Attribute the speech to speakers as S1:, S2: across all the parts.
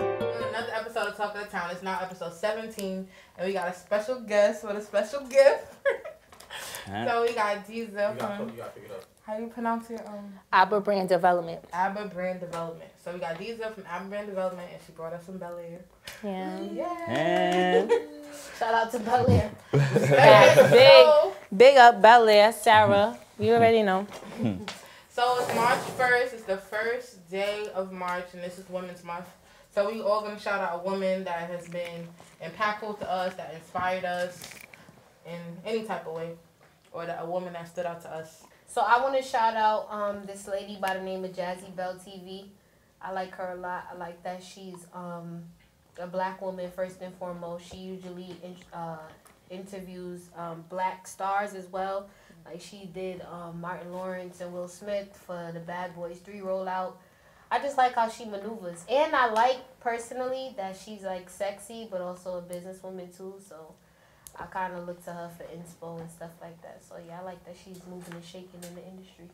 S1: another episode of Talk of the Town. It's now episode 17, and we got a special guest with a special gift. so we got
S2: You
S1: Deezer
S2: gotta,
S1: from,
S2: you gotta pick it up.
S1: how you pronounce it? Um,
S3: Abba Brand Development.
S1: ABBA Brand Development. So we got Deezer from ABBA Brand Development, and she brought us some Bel Air.
S3: Yeah.
S1: Yeah.
S3: Shout out to Bel Air.
S1: so,
S3: Big up Bel Air, Sarah. You already know.
S1: so it's March 1st. It's the first day of March, and this is Women's Month. So we all gonna shout out a woman that has been impactful to us, that inspired us in any type of way, or that a woman that stood out to us.
S4: So I want to shout out um, this lady by the name of Jazzy Bell TV. I like her a lot. I like that she's um, a black woman first and foremost. She usually in, uh, interviews um, black stars as well. Like she did um, Martin Lawrence and Will Smith for the Bad Boys 3 rollout. I just like how she maneuvers. And I like personally that she's like sexy but also a businesswoman too. So I kind of look to her for inspo and stuff like that. So yeah, I like that she's moving and shaking in the industry.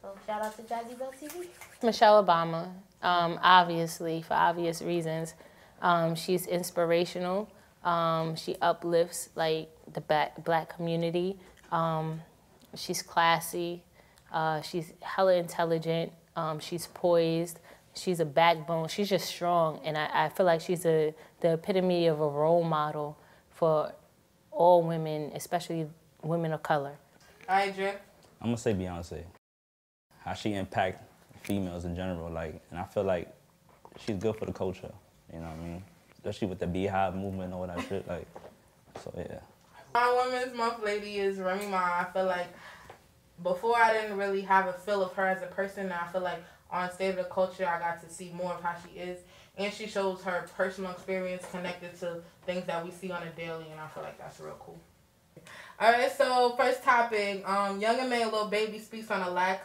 S4: So shout out to Jazzy Bell TV.
S3: Michelle Obama, um, obviously, for obvious reasons. Um, she's inspirational. Um, she uplifts like the black, black community. Um, she's classy. Uh, she's hella intelligent. Um, she's poised. She's a backbone. She's just strong, and I, I feel like she's a, the epitome of a role model for all women, especially women of color.
S1: All right, Drake.
S5: I'm gonna say Beyonce. How she impact females in general, like, and I feel like she's good for the culture. You know what I mean? Especially with the Beehive movement and all that shit. Like, so yeah.
S1: My Women's Month lady is Remy Ma. I feel like before I didn't really have a feel of her as a person. and I feel like on State of the Culture, I got to see more of how she is. And she shows her personal experience connected to things that we see on a daily. And I feel like that's real cool. All right, so first topic. Um, Young and May, Lil Baby speaks on a lack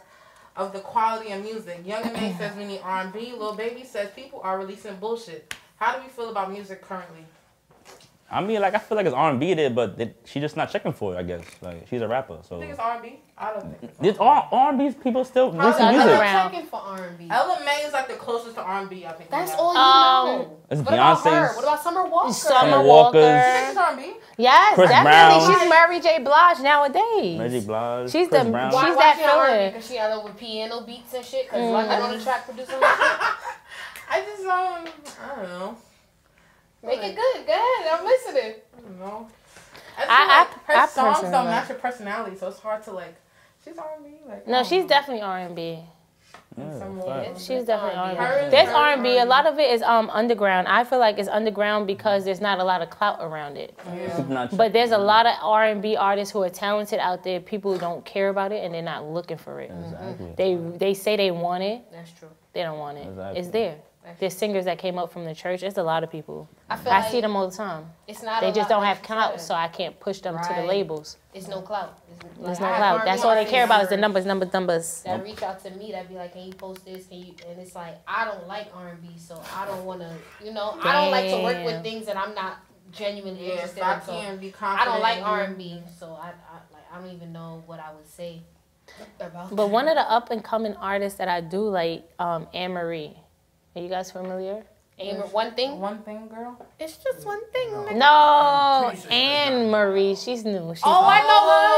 S1: of the quality of music. Young and May says we need R&B. Lil Baby says people are releasing bullshit. How do we feel about music currently?
S5: I mean, like, I feel like it's R&B there, but it, she just not checking for it, I guess. Like, she's a rapper,
S1: I
S5: so.
S1: think it's R&B. I don't think. it's
S5: There's all R&B people still
S1: How's
S5: listen to
S3: that
S5: music.
S3: different? Brown.
S4: checking for R&B.
S1: Ella May is like the closest to R&B, I think.
S4: Oh,
S1: we
S4: That's
S1: have.
S4: all you
S3: Um,
S4: know.
S5: It's
S4: What about her?
S5: Beyonce's-
S4: What about Summer Walker?
S3: Summer
S5: Walker's-
S1: This is
S3: Walker.
S1: R&B.
S3: Yes,
S5: Chris
S3: definitely.
S5: Brown.
S3: She's Mary J. Blige nowadays.
S5: Reggie Blige,
S3: She's
S5: Chris
S3: the-
S5: Brown.
S3: She's
S4: Why, why
S3: that
S4: she on R&B?
S3: filler. Mm.
S4: Because she out with piano beats and shit. Because like I on the track producing. and shit?
S1: I just um, I don't know.
S4: Make it good. Go ahead. I'm listening.
S1: I don't know. I, feel
S3: I-
S1: like her
S3: I- I
S1: songs
S3: personally
S1: don't
S3: like-
S1: match her personality, so it's hard to like. She's R&B. Like, I
S3: No,
S1: don't
S3: she's
S1: know.
S3: definitely R and B.
S5: Yeah,
S1: Some
S5: facts.
S1: woman.
S3: She's definitely R and
S4: R&B.
S1: Her-
S3: B. There's
S1: her
S3: R and B. A
S1: R&B.
S3: lot of it is um underground. I feel like it's underground because there's not a lot of clout around it.
S1: Yeah.
S5: Not
S3: But there's a lot of R and B artists who are talented out there. People who don't care about it and they're not looking for it.
S5: Exactly.
S3: They they say they want it.
S4: That's true.
S3: They don't want it.
S5: Exactly.
S3: It's there. There's singers that came up from the church. It's a lot of people.
S4: I feel
S3: I
S4: like
S3: see them all the time.
S4: It's not.
S3: They
S4: a
S3: just
S4: lot
S3: don't
S4: like
S3: have
S4: you
S3: clout,
S4: said.
S3: so I can't push them to the
S4: Right.
S3: labels.
S4: It's no clout. It's,
S3: There's
S4: like,
S3: no
S4: I have
S3: clout.
S4: R&B
S3: That's all they
S4: artists
S3: care about is the numbers, numbers, numbers.
S4: that reach out to me that be like, can you post this? Can you? And it's like, I don't like R and B, so I don't want to. You know, I don't like to work
S3: Damn.
S4: with things that I'm not genuinely
S1: Yeah,
S4: interested
S1: so I
S4: in. So
S1: can't be confident.
S4: I don't like
S1: in
S4: R
S1: you.
S4: and B, so I, I like I don't even know what I would say about.
S3: But one of the up and coming artists that I do like, um, Anne Marie. Are you guys familiar?
S4: Amber, one thing.
S1: One thing, girl.
S4: It's just one thing. man.
S3: No, Anne Marie. She's new. She's
S4: Oh, I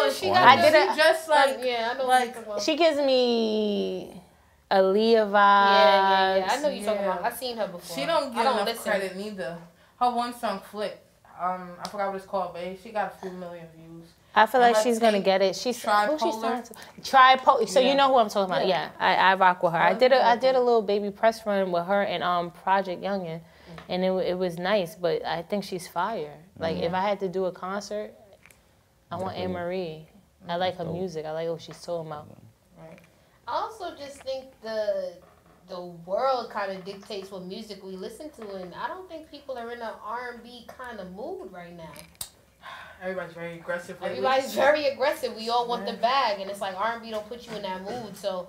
S4: know her. She
S3: I
S4: got.
S3: did
S4: the-
S3: it-
S1: just like
S4: Yeah, I know.
S1: like-
S4: Like
S3: She gives me Aaliyah vibes.
S4: Yeah, yeah, yeah. I know you talking
S1: Yeah.
S4: about. I've seen her before.
S1: she don't
S4: I
S1: get
S4: don't
S1: enough
S4: listen.
S1: credit neither. Her one song "Flip," um, I forgot what it's called, but she got a few million views.
S3: I feel like
S1: I'ma
S3: she's gonna
S1: take
S3: get it. She's who she's
S1: Tripolar.
S3: talking to. Tripolar. So
S1: Yeah.
S3: you know who I'm talking about. Yeah,
S4: Yeah.
S3: I, I rock with her. I
S1: Tripolar.
S3: did a I did a little baby press run with her and um Project Youngin, and it wa- it was nice. But I think she's fire. Like
S5: Mm-hmm.
S3: if I had to do a concert, I want Anne Marie. I like her
S5: Mm-hmm. Dope.
S3: music. I like what she's talking about.
S4: I also just think the the world kind of dictates what music we listen to, and I don't think people are in an R and B kind of mood right now.
S1: Everybody's very aggressive. lately.
S4: Everybody's very aggressive. We all want the bag, and it's like R and B don't put you in that mood. So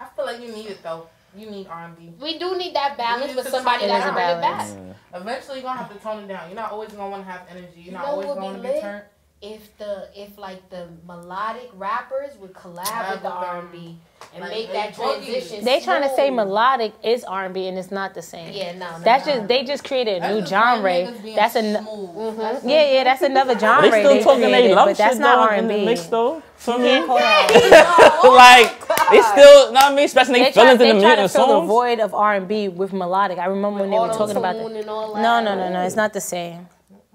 S1: I feel like you need it though. You need R&B.
S4: we do need that balance
S1: need
S4: with
S1: to
S4: somebody
S1: tone
S4: that
S1: it
S4: can bring
S3: down.
S4: it back.
S5: Yeah.
S1: Eventually, you're gonna have to tone it down. You're not always gonna want to have energy. You're
S4: You
S1: not
S4: know
S1: always
S4: what
S1: gonna
S4: would
S1: want
S4: be
S1: to be
S4: lit?
S1: turned.
S4: if the if like the melodic rappers would collab with the R and B and
S1: Like,
S4: make
S1: they
S4: that
S1: boogie.
S4: transition.
S3: They trying to say
S4: smooth.
S3: melodic is R&B and it's not the same.
S4: Yeah, no, no.
S3: That's
S4: no.
S3: just they just created a new
S1: just white
S3: genre.
S1: niggas being
S3: That's an
S1: smooth.
S3: yeah, yeah. That's another genre.
S5: They still talking
S3: created,
S5: they love
S3: but that's
S5: shit
S3: not
S5: though
S3: R&B.
S5: in the mix though. For me,
S3: Can't call that
S4: Oh
S5: like they still, not me, expressing
S3: Oh they
S5: their
S3: try,
S5: feelings
S3: they
S5: in the
S3: try
S5: middle
S3: to
S5: of
S3: fill the
S5: songs.
S3: void of R&B with melodic. I remember when they were talking about that. No, no, no, no. It's not the same.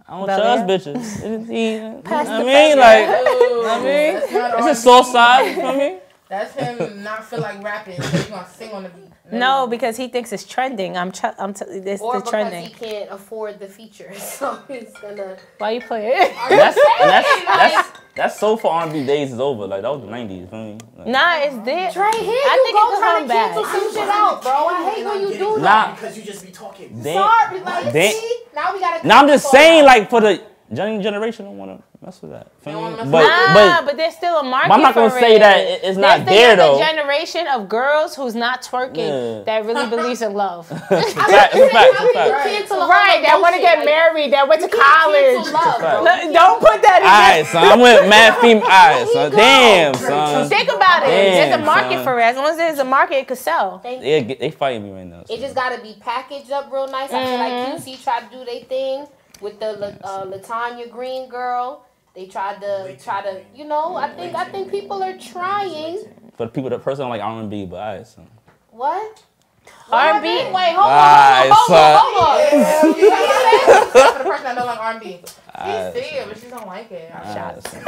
S5: I don't
S3: Bel-Air.
S5: trust bitches. You know what I mean, like
S1: I
S5: mean,
S1: Mm-hmm. that's,
S5: it's
S1: not
S5: a soul side. For me,
S1: that's him not feel like rapping. So you gonna sing on the beat?
S3: No, because he thinks it's trending. I'm, tr- I'm. T- it's
S4: Or
S3: the
S4: because
S3: trending.
S4: he can't afford the feature, so he's gonna.
S3: Why you playing?
S5: that's that's that's that's so for R&B days is over. Like that was the '90s. For me, Like,
S3: nah, it's there.
S4: Right here,
S3: I
S4: you
S3: think it
S4: go
S3: could
S4: trying
S3: come
S4: to
S3: back.
S4: cancel some shit out, bro. I hate
S2: And
S4: when
S2: I'm
S4: you
S2: getting
S4: do
S2: mad
S4: that.
S5: Nah.
S2: Because you just be talking.
S5: they-
S4: Sorry, like
S5: They-
S4: see, now we gotta.
S5: Now I'm just
S4: cancel
S5: saying,
S4: that.
S5: like for the young generation, don't want to mess with that. Feel
S1: wanna mess with
S5: me? But
S3: nah,
S5: but
S3: but, there's still a market.
S5: but I'm not gonna
S3: for
S5: say
S3: it.
S5: that it- it's not
S3: There's the
S5: there though.
S3: younger generation of girls who's not twerking
S5: Yeah.
S3: that really believes in love.
S5: Fact, it's a fact, it's a
S4: How do you
S5: fact.
S4: cancel a
S3: right, that
S4: whole
S3: want to
S4: shit?
S3: get
S4: Like,
S3: married, that went to
S4: you can't cancel
S3: college.
S4: love, bro.
S5: Fact.
S3: No, don't put that in. there.
S5: Alright, son, I'm with mad female. Alright, son, damn, son.
S3: Think about it. there's a
S5: Damn,
S3: market
S5: son.
S3: for it. As long as there's a market, it could sell.
S4: Thank
S5: They they fighting me right now.
S4: It
S5: son.
S4: just gotta be packaged up real nice. I feel
S3: Mm-hmm.
S4: like QC tried to do their thing with the La- uh, Latanya Green girl. They tried to try to, you know. I think I think people are trying.
S5: for the people that person don't like R&B, but alright, son.
S4: What?
S3: R&B.
S4: Wait, hold on,
S5: Alright,
S4: hold on,
S5: son.
S4: hold on.
S1: Except for the person that don't like R&B. She
S3: Uh,
S5: Alright,
S1: see it, but she don't like it. I'm shocked.
S5: alright, son.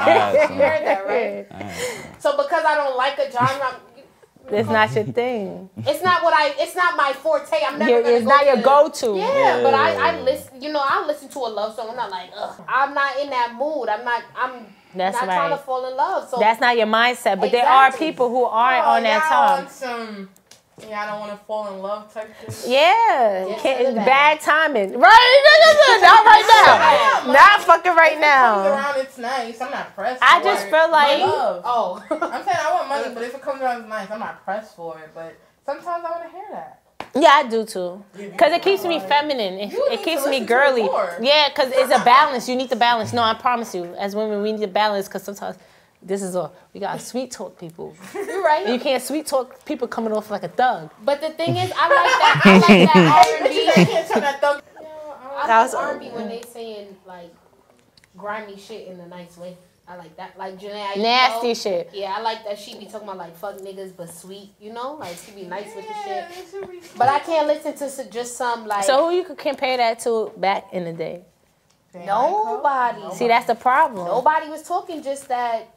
S5: Alright,
S4: You
S5: son.
S4: heard that, right? So because I don't like a genre,
S3: It's not your thing.
S4: it's not what I. It's not my forte. I'm never.
S3: Your-
S4: gonna
S3: it's
S4: go
S3: not your
S4: to-
S3: go-to.
S4: Yeah, but I, I
S5: Yeah.
S4: listen. You know, I listen to a love song. I'm not like, ugh. I'm not in that mood. I'm not. I'm
S3: That's
S4: not
S3: right.
S4: trying to fall in love. So
S3: That's not your mindset. But there are
S4: Exactly.
S3: people who aren't
S1: Oh,
S3: on that
S1: y'all
S3: time.
S1: want some, yeah, I don't want to fall in love type shit.
S3: Yeah,
S4: Yes,
S3: Can't-
S4: to the
S3: bad timing. Right? not right now. Not fucking right
S1: Comes
S3: now.
S1: around, it's nice. I'm not pressed.
S3: I
S1: for
S3: just
S1: it.
S3: feel like-
S1: My love.
S4: oh,
S1: I'm saying I want money, but if it comes around, it's nice. I'm not pressed for it, but sometimes I want to hear that.
S3: Yeah, I do too. Cause it keeps me feminine. It,
S1: You
S3: it
S1: need
S3: keeps
S1: to
S3: me
S1: listen to it
S3: girly.
S1: more.
S3: Yeah, cause it's a balance. You need the balance. No, I promise you, as women, we need the balance. Cause sometimes this is all we got. to Sweet talk people.
S4: you're right.
S3: You can't sweet talk people coming off like a thug.
S4: But the thing is, I like that. I like that
S1: I
S4: R&B.
S1: can't turn that thumb.
S4: I
S3: That
S4: like
S3: was-
S4: R&B when they saying like grimy shit in a nice way. I like that. Like Janae. Aiko.
S3: Nasty shit.
S4: Yeah, I like that. She be talking about like fuck niggas, but sweet. You know, like she be nice with the
S1: Yeah,
S4: shit.
S1: it should be sweet.
S4: But I can't listen to s- just some like
S3: So who you could compare that to back in the day?
S4: nobody.
S3: See, that's the problem.
S4: Nobody was talking just that.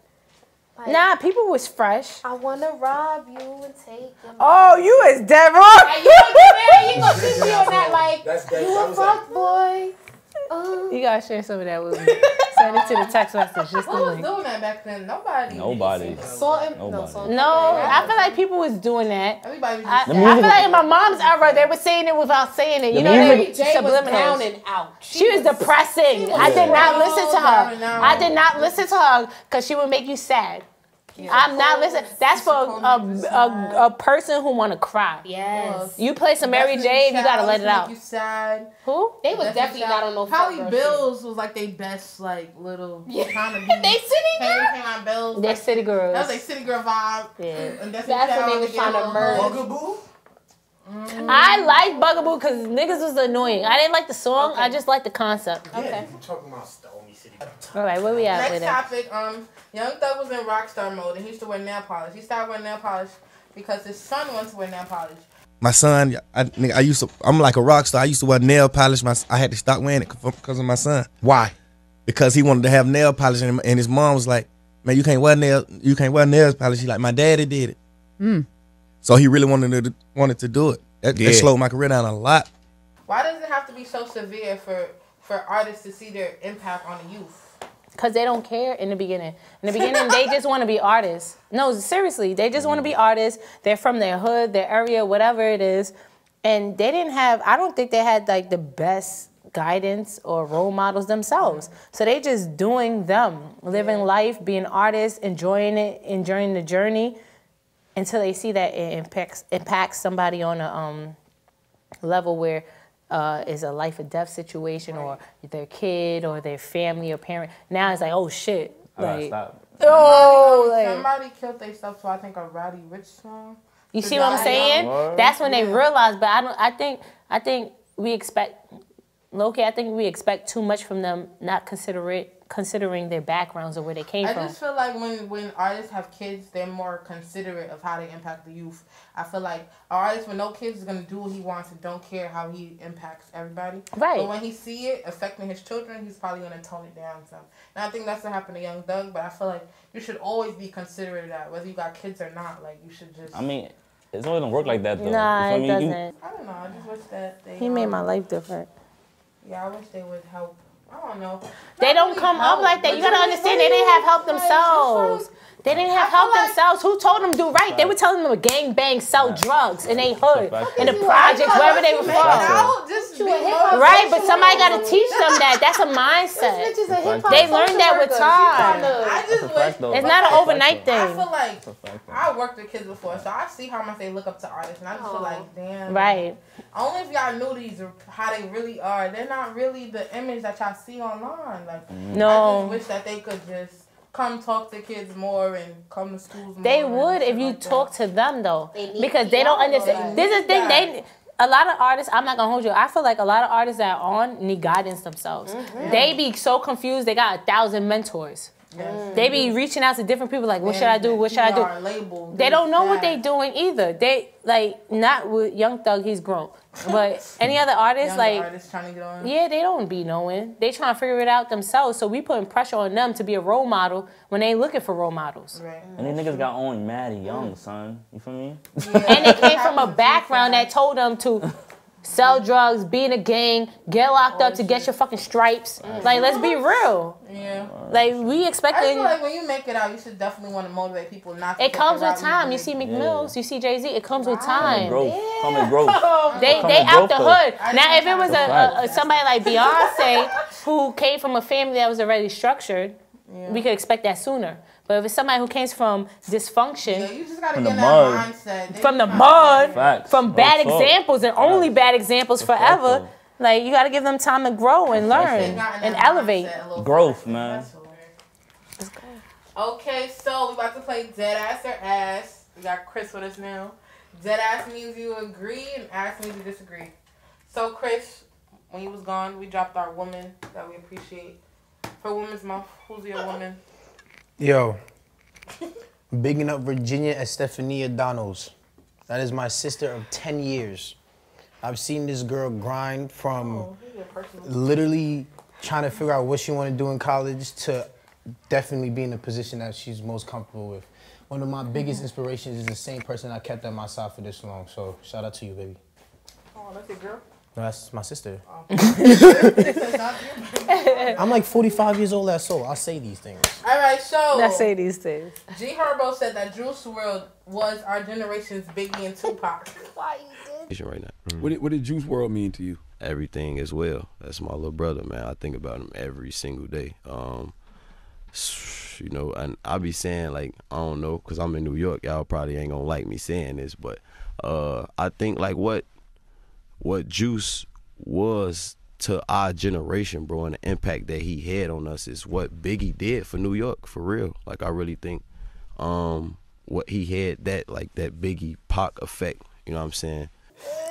S4: Like,
S3: Nah, people was fresh.
S4: I wanna rob you and take them.
S3: Oh, you is dead
S4: Like, you gonna get
S3: wrong.
S4: married, you gonna keep me on that like
S2: That's that.
S4: you
S2: that
S4: a
S2: was like,
S4: fuck boy. Uh,
S3: You gotta share some of that with me. Send it to the text message. Just the
S1: Who was
S3: link.
S1: doing that back then? Nobody.
S5: Nobody.
S4: salt and no,
S5: Nobody.
S4: salt and
S3: No, I feel like people was doing that.
S1: Everybody was
S3: I, I
S1: just.
S3: feel like in my mom's era, they were saying it without saying it. You
S5: The
S3: know,
S5: music-
S3: they
S4: Mary
S3: were
S4: J was down
S3: subliminals.
S4: and out. She,
S3: She was depressing. I did not
S1: down
S3: listen to
S1: and
S3: her.
S1: out.
S3: I did not listen to her because she would make you sad. I'm not listening. That's for a, a, a, a person who want to cry.
S4: yes.
S3: You play some Mary J, you gotta let it out.
S1: You sad.
S3: Who?
S4: They was
S1: Destiny
S4: definitely not on no
S1: Child-
S4: fuck
S1: Probably
S4: girl
S1: Bills was like they best like little
S4: Yeah.
S1: kind of.
S4: shit. They sitting
S1: Hey,
S4: there.
S1: came out Bills.
S3: They're city girls.
S1: That was like city girl vibe.
S3: yeah.
S1: And Destiny
S4: That's when
S1: Child
S4: they was
S1: gave
S4: trying to
S1: her a
S4: merge.
S1: hug.
S2: Bugaboo?
S3: I like Bugaboo because niggas was annoying. I didn't like the song. I
S4: Okay.
S3: just liked the concept.
S2: Yeah,
S4: Okay.
S2: you talking about Stormy City.
S3: All right, where we at with
S1: Next
S3: it?
S1: topic. Um, Young Thug was in rockstar mode and he used to wear nail polish. He stopped wearing nail polish because his son wants to wear nail polish.
S6: my son, I, nigga, I used to, I'm like a rock star. I used to wear nail polish. My, I had to stop wearing it because of my son. Why? Because he wanted to have nail polish, and, and his mom was like, "Man, you can't wear nail, you can't wear nail polish." He like, "My daddy did it." So he really wanted to wanted to do it. That, that slowed my career down a lot.
S1: Why does it have to be so severe for for artists to see their impact on the youth?
S3: Because they don't care in the beginning. In the beginning, they just want to be artists. No, seriously, they just want to be artists. They're from their hood, their area, whatever it is. And they didn't have, I don't think they had like the best guidance or role models themselves. So they just doing them, living life, being artists, enjoying it, enjoying the journey until they see that it impacts, impacts somebody on a um, level where uh, is a life or death situation, or their kid, or their family, or parent. Now it's like, oh shit,
S5: I gotta
S3: like,
S5: stop.
S3: oh, like,
S1: Somebody killed themselves to I think a Roddy Rich song.
S3: You see what I'm saying? That's when they realize. But I don't. I think. I think we expect. Loki, I think we expect too much from them, not consider it, considering their backgrounds or where they came
S1: I
S3: from.
S1: just feel like when when artists have kids, they're more considerate of how they impact the youth. I feel like an artist with no kids is gonna do what he wants and don't care how he impacts everybody.
S3: Right.
S1: But when he see it affecting his children, he's probably gonna tone it down some. And I think that's what happened to Young Doug. But I feel like you should always be considerate of that, whether you got kids or not. Like you should just.
S5: I mean, it's only gonna work like that though.
S3: nah,
S5: You feel me?
S3: it
S5: You-
S3: doesn't.
S1: I don't know. I just wish that they.
S3: he made
S1: um,
S3: my life different.
S1: Yeah, I wish they would help. I don't know.
S3: They
S1: Not
S3: don't
S1: really
S3: come up
S1: help,
S3: like that.
S1: but
S3: You gotta
S1: just
S3: understand, they didn't have help
S1: like, it's just
S3: themselves.
S1: like-
S3: They didn't
S1: I
S3: have
S1: feel
S3: help
S1: like-
S3: themselves. Who told them to do right? They were telling them to gang bang, sell drugs in their hood,
S5: fact.
S3: in the
S5: That's
S3: projects, wherever they were
S1: Make
S5: fact.
S3: from.
S1: out, just be
S4: a hip-hop
S1: more-
S3: Right, but somebody gotta teach them that. That's a mindset.
S4: This bitch is a hip hop.
S5: They
S3: learned that with time.
S1: I just
S5: That's a fact
S1: wish.
S5: though.
S3: It's not an overnight
S1: I
S3: thing.
S1: feel like
S5: fact, though.
S1: I worked with kids before, so I see how much they look up to artists, and I just feel like, damn.
S3: Right.
S1: Only if y'all knew these are- how they really are. They're not really the image that y'all see online. Like I just
S3: No.
S1: wish that they could just come talk to kids more and come to schools. More
S3: They
S1: and
S3: would
S1: shit
S3: if you
S1: like that.
S3: talk to them though.
S4: They need
S3: Because they don't
S4: y'all,
S3: understand.
S4: like-
S3: This is the thing they
S1: Yeah.
S3: a lot of artists, I'm not gonna hold you. I feel like a lot of artists that are on need guidance themselves.
S1: Mm-hmm.
S3: They be so confused, they got a thousand mentors.
S1: Yes.
S3: They be reaching out to different people like, what should I do? What should I do?
S1: PR, label,
S3: They
S1: this,
S3: don't know
S1: that.
S3: what they doing either. They like not with Young Thug, he's grown, but any other artist,
S1: Younger
S3: like
S1: artists trying to get on.
S3: yeah, they don't be knowing. They trying to figure it out themselves. So we putting pressure on them to be a role model when they looking for role models.
S1: Right.
S5: And these niggas got on mad young,
S3: Mm.
S5: son. You feel me?
S3: And they came from a background that told them to sell drugs, be in a gang, get locked
S1: Oh,
S3: up to get your fucking stripes. Like let's be real.
S1: Yeah.
S3: Like we
S1: Mm. Oh, I just
S3: expecting.
S1: feel like when you make it out, you should definitely want to motivate people not to.
S3: It
S1: fuck
S3: comes with
S1: around
S3: time. You
S1: with
S3: see
S1: it.
S3: McMills, you see Jay Z. It comes with time.
S5: Growth. Common growth.
S3: They
S5: Come
S3: they
S5: and
S3: out the
S5: go for it.
S3: hood.
S1: I
S3: Now,
S1: didn't
S3: if it was a, a, a somebody like Beyonce who came from a family that was already structured, we could expect that sooner. But if it's somebody who came from
S1: Yeah,
S3: dysfunction,
S1: you just gotta
S5: From
S1: get in
S5: the
S1: that
S5: mud.
S1: mindset. They
S3: From the
S1: just
S3: mud.
S1: gotta-
S5: Facts.
S3: from
S5: No
S3: bad
S5: talk.
S3: examples and only bad examples
S5: That's
S3: forever,
S5: awful.
S3: like you got to give them time to grow and
S1: They
S3: learn
S1: got in
S3: and
S1: that
S3: elevate.
S1: mindset a little
S5: Growth,
S1: faster.
S5: man.
S1: That's all right. Okay, so we about to play dead ass or ass. We got Chris with us now. Dead ass means you agree, and ass means you disagree. So Chris, when you was gone, we dropped our woman that we appreciate for Women's Month. Who's your woman?
S7: Yo, bigging up Virginia Estefania Donalds. That is my sister of 10 years. I've seen this girl grind from
S1: Oh, who's your personal?
S7: literally trying to figure out what she want to do in college to definitely be in the position that she's most comfortable with. One of my biggest inspirations is the same person I kept at my side for this long. So shout out to you, baby.
S1: Oh, that's your girl.
S7: No, that's my sister.
S1: Not you.
S7: I'm like 45 years old as soul. I say these things.
S1: All right, so
S3: I say these things.
S1: G Herbo said that Juice World was our generation's Biggie and Tupac.
S4: Why you did?
S8: right now.
S9: What did, what did Juice World mean to you?
S8: Everything as well. That's my little brother, man. I think about him every single day. Um, you know, and I be saying like I don't know, cause I'm in New York. Y'all probably ain't gonna like me saying this, but uh, I think like what what Juice was to our generation, bro, and the impact that he had on us is what Biggie did for New York, for real. Like I really think um what he had that like that Biggie Pac effect. You know what I'm saying?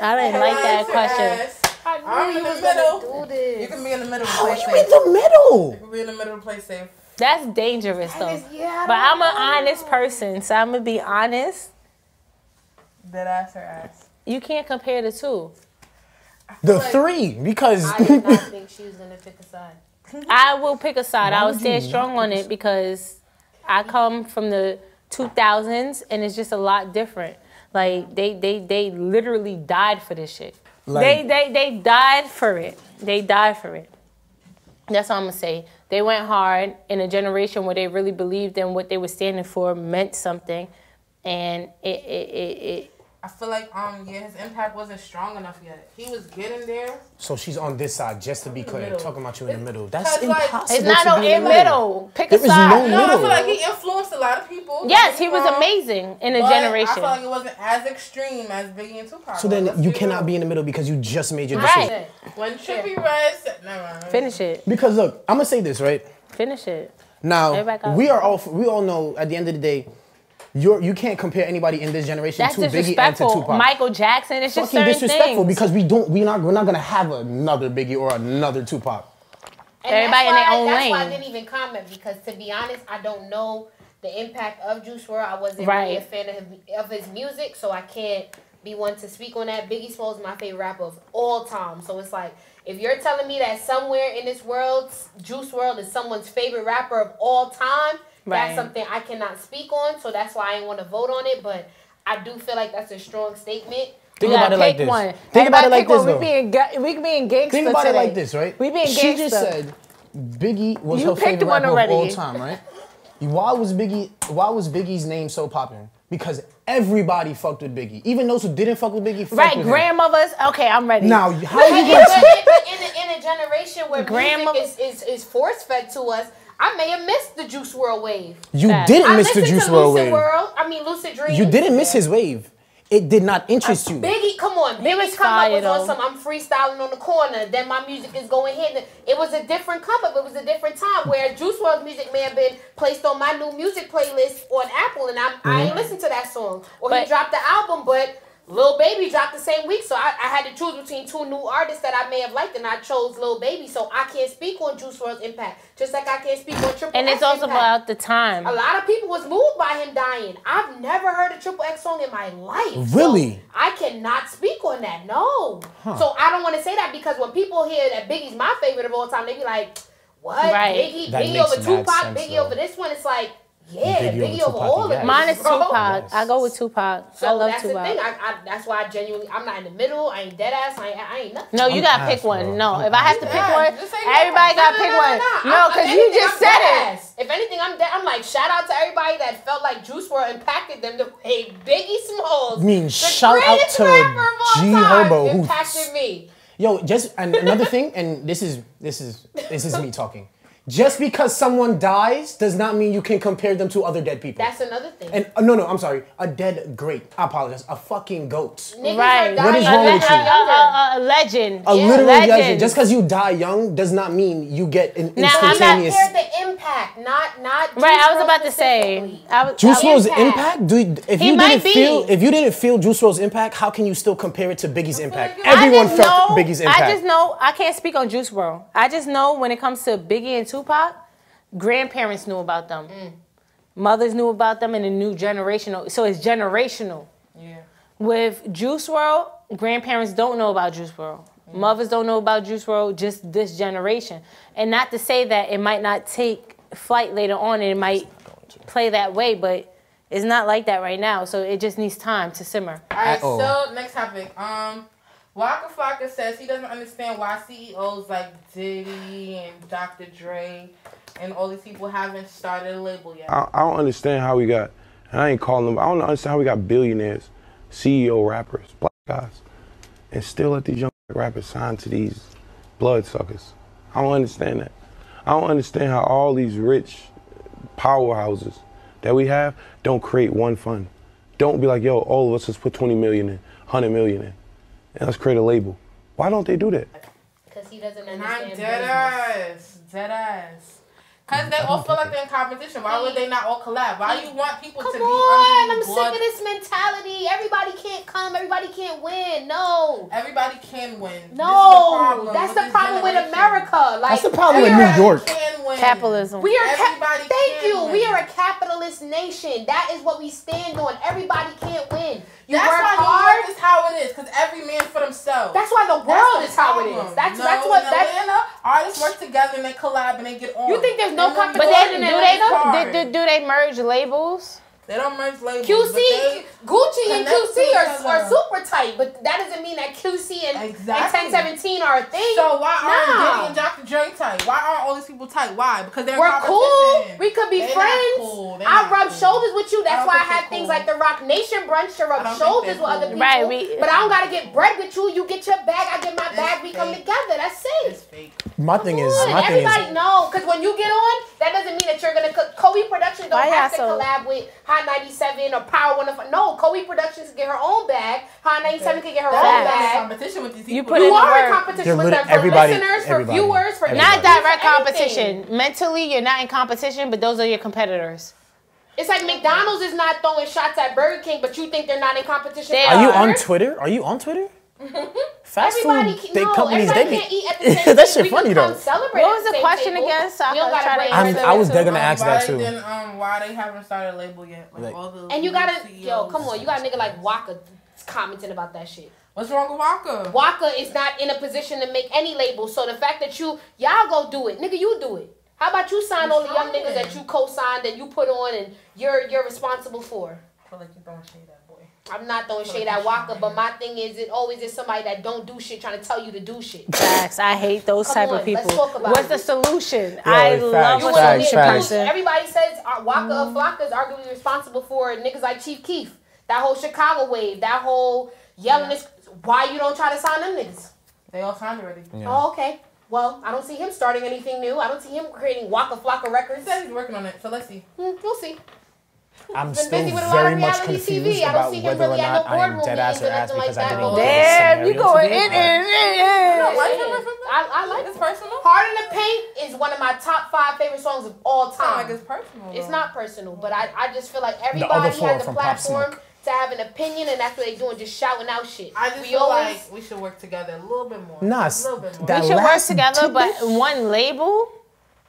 S3: I didn't like that question.
S1: Yes.
S4: I knew
S1: I'm in
S4: you
S1: the
S4: was gonna
S1: middle.
S4: Do this.
S1: You can be in the middle.
S7: What
S1: Play
S7: you in
S1: safe.
S7: the middle?
S1: You can be in the middle. Play safe.
S3: That's dangerous though.
S4: yeah, I
S3: But I'm
S4: don't
S3: an
S4: know.
S3: honest person, so I'm gonna be honest.
S1: Dead ass or ass.
S3: You can't compare the two.
S7: The three, because
S4: I did not think she was gonna pick a side.
S3: I will pick a side. I
S7: Why
S3: will
S7: would
S3: stand
S7: you
S3: strong
S7: not
S3: on it because I come from the 2000s and it's just a lot different. Like they they they literally died for this shit.
S7: Like-
S3: they they they died for it. They died for it. That's all I'm gonna say. They went hard in a generation where they really believed in what they were standing for meant something, and it it it, it
S1: I feel like um yeah, his impact wasn't strong enough yet. He was getting there.
S7: So she's on this side, just to be clear.
S1: middle.
S7: Talking about you in the middle. That's
S1: Cause, like,
S7: impossible.
S3: It's not
S7: to
S3: no
S7: be
S3: in middle. Pick a
S7: There is
S3: side.
S1: No, I feel
S7: Middle.
S1: like he influenced a lot of people. Don't get
S3: Yes, he
S1: me
S3: was
S1: wrong,
S3: amazing in a
S1: but I
S3: generation.
S1: feel like it wasn't as extreme as Biggie and Tupac.
S7: So
S1: Let's
S7: then you
S1: be
S7: cannot
S1: real.
S7: be in the middle because you just made your decision.
S3: Right.
S1: When Trippy Red said, never mind.
S3: Finish it.
S7: Because look, I'm gonna say this right
S3: Finish it. Everybody
S7: now.
S3: got-
S7: We are all we all know at the end of the day, you're you can't compare anybody in this generation
S3: That's
S7: to Biggie and to
S3: disrespectful.
S7: Tupac.
S3: Michael Jackson. It's just
S7: fucking
S3: certain
S7: disrespectful
S3: things.
S7: because we don't we not we're not gonna have another Biggie or another Tupac.
S4: And
S3: Everybody in
S4: that's
S3: their
S4: why-
S3: own
S4: that's Why I
S3: lane.
S4: didn't even comment because to be honest, I don't know the impact of Juice WRLD. I wasn't really a
S3: Right.
S4: fan of his, of his music, so I can't be one to speak on that. Biggie Smalls is my favorite rapper of all time, so it's like if you're telling me that somewhere in this world, Juice WRLD is someone's favorite rapper of all time,
S3: Right.
S4: that's something I cannot speak on. So that's why I didn't want to vote on it, but I do feel like that's a strong statement.
S7: Think
S3: You
S7: about
S3: gotta
S7: it like
S3: pick
S7: this.
S3: one.
S7: Think about
S3: Everybody
S7: it like
S3: pick
S7: this
S3: one.
S7: though.
S3: We being ga- we being gangster
S7: Think about it
S3: today.
S7: like this, right?
S3: We being
S7: She just
S3: gangster.
S7: said Biggie was
S3: You
S7: her
S3: picked
S7: favorite
S3: one
S7: rapper
S3: already.
S7: of all time, right? Why was Biggie? Why was Biggie's name so popular? Because everybody fucked with Biggie, even those who didn't fuck with Biggie. Fucked
S3: Right,
S7: with him.
S3: grandmothers. Okay, I'm ready.
S7: Now, how
S4: But
S7: you
S4: in,
S7: gonna?
S4: but in- but in a, in a generation where
S3: Grandma-
S4: music is, is, is force fed to us, I may have missed the Juice World wave.
S7: You
S3: Facts.
S7: didn't
S4: I
S7: miss the
S4: listened
S7: Juice
S4: to
S7: WRLD
S4: Lucid
S7: wave.
S4: World. I mean, Lucid Dreams.
S7: You didn't miss his wave. It did not interest you.
S4: Biggie, come on.
S3: It
S4: Biggie
S3: was
S4: was come up
S3: fire,
S4: was on
S3: though.
S4: some. I'm freestyling on the corner. Then my music is going here. It was a different come up. It was a different time where Juice World music may have been placed on my new music playlist on Apple, and I, I ain't listened to that song. Or
S3: Mm-hmm. But-
S4: he dropped the album, but Lil Baby dropped the same week, so I, I had to choose between two new artists that I may have liked, and I chose Lil Baby. So I can't speak on Juice World's impact, just like I can't speak on Triple.
S3: and it's
S4: X
S3: also
S4: impact.
S3: about the time.
S4: A lot of people was moved by him dying. I've never heard a Triple X song in my life. so
S7: Really?
S4: I cannot speak on that. No. So I don't want to say that because when people hear that Biggie's my favorite of all time, they be like, "What?
S3: Right.
S4: Biggie?
S7: That
S4: Biggie
S7: makes
S4: over
S7: mad
S4: Tupac?
S7: sense,
S4: Biggie
S7: though.
S4: over this one?" It's like, yeah,
S7: Biggie
S4: Biggie,
S7: over
S4: over
S7: Tupac,
S4: all of
S7: yes.
S4: them.
S3: Mine is
S4: bro.
S3: Tupac. I go with Tupac.
S4: So
S3: I love
S4: that's
S3: Tupac.
S4: the thing. I, I, that's why I genuinely, I'm not in the middle. I ain't dead ass. I ain't, I ain't nothing.
S3: No, you
S7: I'm
S3: gotta
S7: ass,
S3: pick one.
S7: bro.
S3: No,
S7: I'm
S3: if I have to pick
S1: ass.
S3: one,
S1: Just say no.
S3: everybody gotta pick one. No, because you just said it.
S4: If anything, I'm dead. I'm like, shout out to everybody that felt like Juice WRLD impacted them the way Biggie Smalls.
S7: I mean,
S4: the
S7: shout out
S4: greatest
S7: to
S4: rapper of all
S7: G
S4: time,
S7: Herbo, who-
S4: impacted me.
S7: Yo, just and another thing, and this is this is this is me talking. Just because someone dies does not mean you can compare them to other dead people.
S4: That's another thing.
S7: and uh, no, no, I'm sorry. A dead great. I apologize. A fucking goat.
S4: Niggas
S3: Right. Uh,
S4: are
S3: What
S7: is
S4: dying
S7: wrong
S4: when
S7: with
S4: they're
S7: you?
S3: A,
S4: younger.
S3: a- a- a legend.
S7: A
S3: Yeah.
S7: literal legend. Just because you die young does not mean you get an
S3: Now, I'm not
S7: instantaneous.
S4: Compare the impact, not not. Juice
S3: Right, I was
S4: WRLD
S3: about to say.
S4: specifically.
S3: I was,
S7: Juice
S3: I was-
S7: WRLD's impact. Do you- if
S3: He
S7: you
S3: might
S7: didn't
S3: be.
S7: feel if you didn't feel Juice WRLD's impact, how can you still compare it to Biggie's impact?
S1: like you-
S3: I
S7: Everyone
S3: just
S7: felt
S3: know-
S7: Biggie's impact.
S3: I just know I can't speak on Juice World. I just know when it comes to Biggie and Tupac, grandparents knew about them. Mothers knew about them in a new generational. So it's generational.
S1: Yeah.
S3: With Juice World, grandparents don't know about Juice World. Mothers don't know about Juice World, just this generation. And not to say that it might not take flight later on and it might play that way, but it's not like that right now. So it just needs time to simmer.
S1: Alright,
S7: At all.
S1: so next topic. Um, Waka Flocka says he doesn't understand why CEOs like Diddy and Dr. Dre and all these people haven't started a label yet.
S10: I, I don't understand how we got, and I ain't calling them, I don't understand how we got billionaires, CEO rappers, black guys, and still let these young rappers sign to these bloodsuckers. I don't understand that. I don't understand how all these rich powerhouses that we have don't create one fund. Don't be like, yo, all of us, let's put 20 million in, 100 million in, and let's create a label. Why don't they do that?
S4: Because he doesn't
S1: And I'm
S4: understand.
S1: dead
S4: business.
S1: ass. Dead ass. Because they all feel like they're in competition. Why would they not all collab? Why you want people
S4: Come
S1: to be
S4: on,
S1: under
S4: I'm
S1: you
S4: sick of
S1: blood?
S4: this mentality. Everybody can't come. Everybody can't win. No.
S1: Everybody can win. This is the
S4: No,
S1: problem with
S4: that's the
S1: this
S4: problem with
S1: generation.
S4: America. Like
S7: That's the problem with
S1: Everybody
S7: New York.
S1: can win.
S3: Capitalism.
S4: We are. Ca-
S1: Everybody
S4: thank
S1: can
S4: you.
S1: win.
S4: We are a capitalist nation. That is what we stand on. Everybody can't win. You
S1: That's
S4: work
S1: why New
S4: hard.
S1: York is how it is. Because every man for themselves.
S4: that's why the
S1: That's
S4: world
S1: the
S4: is how it
S1: problem.
S4: is. That's
S1: No,
S4: that's what
S1: in
S4: that.
S1: Atlanta, artists work together and they collab and they get on.
S4: You think there's no
S1: And when we
S3: But
S1: go
S4: competition
S3: they,
S1: out
S3: do
S4: in
S1: there,
S3: they
S1: it's hard.
S3: do, do, do they merge labels?
S1: They don't merge labels.
S4: QC
S1: but they,
S4: Gucci and
S1: Connect to
S4: QC
S1: each
S4: are, are
S1: other.
S4: super tight, but that doesn't mean that QC and,
S1: Exactly.
S4: and 1017 are a thing.
S1: So why aren't
S4: Nah.
S1: Diddy and Dr. Dre tight? Why aren't all these people tight? Why? Because they're
S4: We're cool.
S1: competition.
S4: We could be
S1: They not
S4: friends.
S1: cool. They
S4: I
S1: not
S4: rub
S1: cool.
S4: shoulders with you.
S1: I don't
S4: That's why I
S1: think
S4: had
S1: they're
S4: things
S1: cool.
S4: like the Rock Nation brunch to
S1: I
S4: rub
S1: don't think
S4: shoulders
S1: they're
S4: with other
S1: cool.
S4: people.
S3: Right, we-
S4: but I don't gotta get bread with you. You get your bag. I get my
S1: It's
S4: bag. We come
S1: fake.
S4: together. That's it.
S1: It's fake.
S7: My thing is,
S4: Good.
S7: my thing
S4: Everybody
S7: is,
S4: know, cause when you get on, that doesn't mean that you're gonna cook. Kobe Productions don't
S3: Why
S4: have to
S3: y'all so-
S4: collab with Hot 97 or Power One of No, Kobe Productions can get her own bag. Hot 97 can get her own
S1: That's
S4: bag.
S1: competition with these people.
S3: You put
S4: You
S3: in the
S4: are in
S3: work.
S7: You're
S4: competition with
S7: lit-
S4: them for
S7: everybody-
S4: listeners, for
S7: everybody.
S4: viewers, for
S7: Everybody.
S3: Not
S4: views,
S3: direct
S4: for anything.
S3: competition. Mentally, you're not in competition, but those are your competitors.
S4: It's like McDonald's is not throwing shots at Burger King, but you think they're not in competition.
S3: They
S4: with
S7: are you
S4: her.
S7: on Twitter? Are you on Twitter? Fast
S4: Everybody,
S7: food
S4: can-
S7: they
S4: no,
S7: companies they
S4: everybody
S7: be
S4: can't eat at the same
S7: that
S4: table.
S7: shit
S4: We
S7: funny
S4: can
S7: though.
S4: come celebrate
S3: What
S4: at
S3: was
S4: the
S3: the
S4: same
S3: question
S4: table.
S3: again? So I
S4: We don't
S3: could
S4: gotta
S3: try to
S4: break
S3: answer
S4: our
S7: I'm- I was
S4: limits.
S7: dead- They're gonna ask
S1: why
S7: that too.
S1: Then, um, why they haven't started a label yet? Like,
S7: Like-
S1: all the E
S4: And you gotta,
S1: CEOs.
S4: yo, come on, you got a nigga like Waka commenting about that shit.
S1: What's wrong with Waka?
S4: Waka is not in a position to make any label. So the fact that you y'all go do it, nigga, you do it. How about you sign
S1: I'm
S4: all the young
S1: signing.
S4: niggas that you co-signed and you put on and you're you're responsible for?
S1: I feel like you're throwing shade at boy.
S4: I'm not throwing shade at Waka, but my thing is it always is somebody that don't do shit trying to tell you to do shit.
S3: Facts. I hate those
S4: Come
S3: type
S4: on,
S3: of people.
S4: let's talk about
S3: What's
S4: it.
S3: the solution? I
S7: facts,
S3: love
S4: You
S3: a
S4: want
S7: Facts,
S3: solution
S4: to get
S7: facts.
S4: accused.
S3: person.
S4: Everybody says uh, Waka of
S1: Mm-hmm.
S4: Flocka is arguably responsible for niggas like Chief Keef. That whole Chicago wave, that whole yelling is why you don't try to sign them niggas.
S1: They all signed already.
S4: Oh, okay. Well, I don't see him starting anything new. I don't see him creating Waka Flocka
S1: He
S4: records.
S1: said he's working on it, so let's see.
S4: Mm, we'll see.
S7: I'm
S4: Been
S7: still
S4: busy with a lot
S7: very
S4: of
S7: much
S4: reality
S7: confused
S4: TV. I don't
S7: about
S4: see him
S7: whether or
S4: really at no
S7: not I am
S4: boardroom
S7: dead ass
S4: meetings
S7: or
S4: or
S7: ass
S4: nothing
S7: because
S4: like
S7: I
S4: that.
S7: didn't look
S3: Damn,
S7: at
S3: you
S7: the scenario
S3: going
S7: to be
S3: in
S7: in.
S3: and in, in.
S1: Why you
S4: Yeah.
S1: coming from-
S4: I, I like
S1: It's personal.
S4: Hard in the Paint is one of my top five favorite songs of all
S1: Sound
S4: time.
S1: like it's personal.
S4: It's
S1: though.
S4: not personal, but I, I just feel like
S7: The other
S4: everybody
S7: four
S4: has a
S7: from Pop
S4: platform
S7: Smoke.
S4: to have an opinion, and that's what they're doing, just shouting out shit.
S1: I just feel like we should work together a little bit more. a
S7: Nah,
S1: little bit more.
S7: that-
S3: We should work
S7: Last
S3: together, but
S7: tidbit.
S3: one label.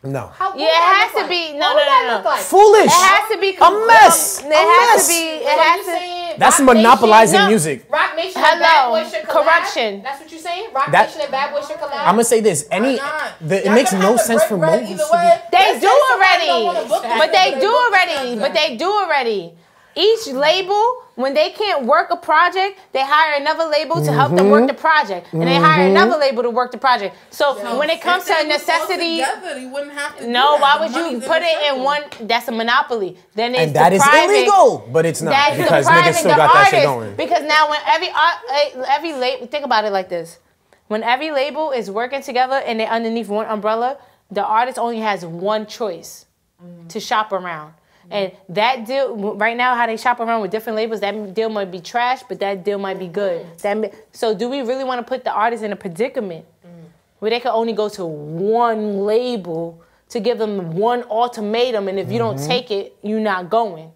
S7: No.
S4: How, what
S3: Yeah, it
S4: would that
S3: has
S4: look
S3: to
S4: like?
S3: be- no,
S4: What would
S3: no, no,
S4: that
S3: no.
S4: look like?
S7: Foolish.
S3: It has to be
S7: A
S4: Um,
S7: mess.
S3: It
S7: A
S3: has
S7: mess.
S3: to be.
S4: So
S3: It has
S4: you
S3: to.
S4: saying
S7: That's
S4: Roc Nation-
S7: monopolizing
S3: No.
S7: music.
S4: Rock Nation and Bad
S3: Hello.
S4: Boy should collab?
S3: Correction.
S4: That's what you're saying? Rock
S7: That-
S4: Nation and Bad Boy should collab?
S7: I'm gonna say this. Any,
S1: Why not?
S7: the, it
S1: Y'all
S7: makes
S1: gonna
S7: no
S1: have to
S7: sense
S1: break
S7: for
S1: bread
S7: mobiles
S1: either
S7: to
S1: way.
S3: They
S1: Let's
S3: do
S1: say somebody don't wanna
S3: already.
S1: book them,
S3: But they do
S1: book
S3: already.
S1: them.
S3: But they do already. Each label, when they can't work a project, they hire another label to help them
S7: Mm-hmm.
S3: work the project, and they hire another label to work the project. So
S1: So
S3: when it comes
S1: if
S3: to
S1: they was all
S3: necessity,
S1: together, you wouldn't have to do
S3: no.
S1: that.
S3: Why
S1: The
S3: would you
S1: money's
S3: put
S1: the
S3: it
S1: circle.
S3: in one? That's a monopoly. Then it's
S7: and that is
S3: depriving-
S7: illegal, but it's not
S3: That's
S7: because
S3: depriving
S7: niggas still
S3: the
S7: got that shit
S3: artist.
S7: going.
S3: Because now when every art- eh, every label think about it like this, when every label is working together and they're underneath one umbrella, the artist only has one choice to shop around. And that deal right now, how they shop around with different labels, that deal might be trash, but that deal might be good. That mi- so, do we really want to put the artist in a predicament where they can only go to one label to give them one ultimatum, and if you don't
S7: Mm-hmm.
S3: take it, you're not going.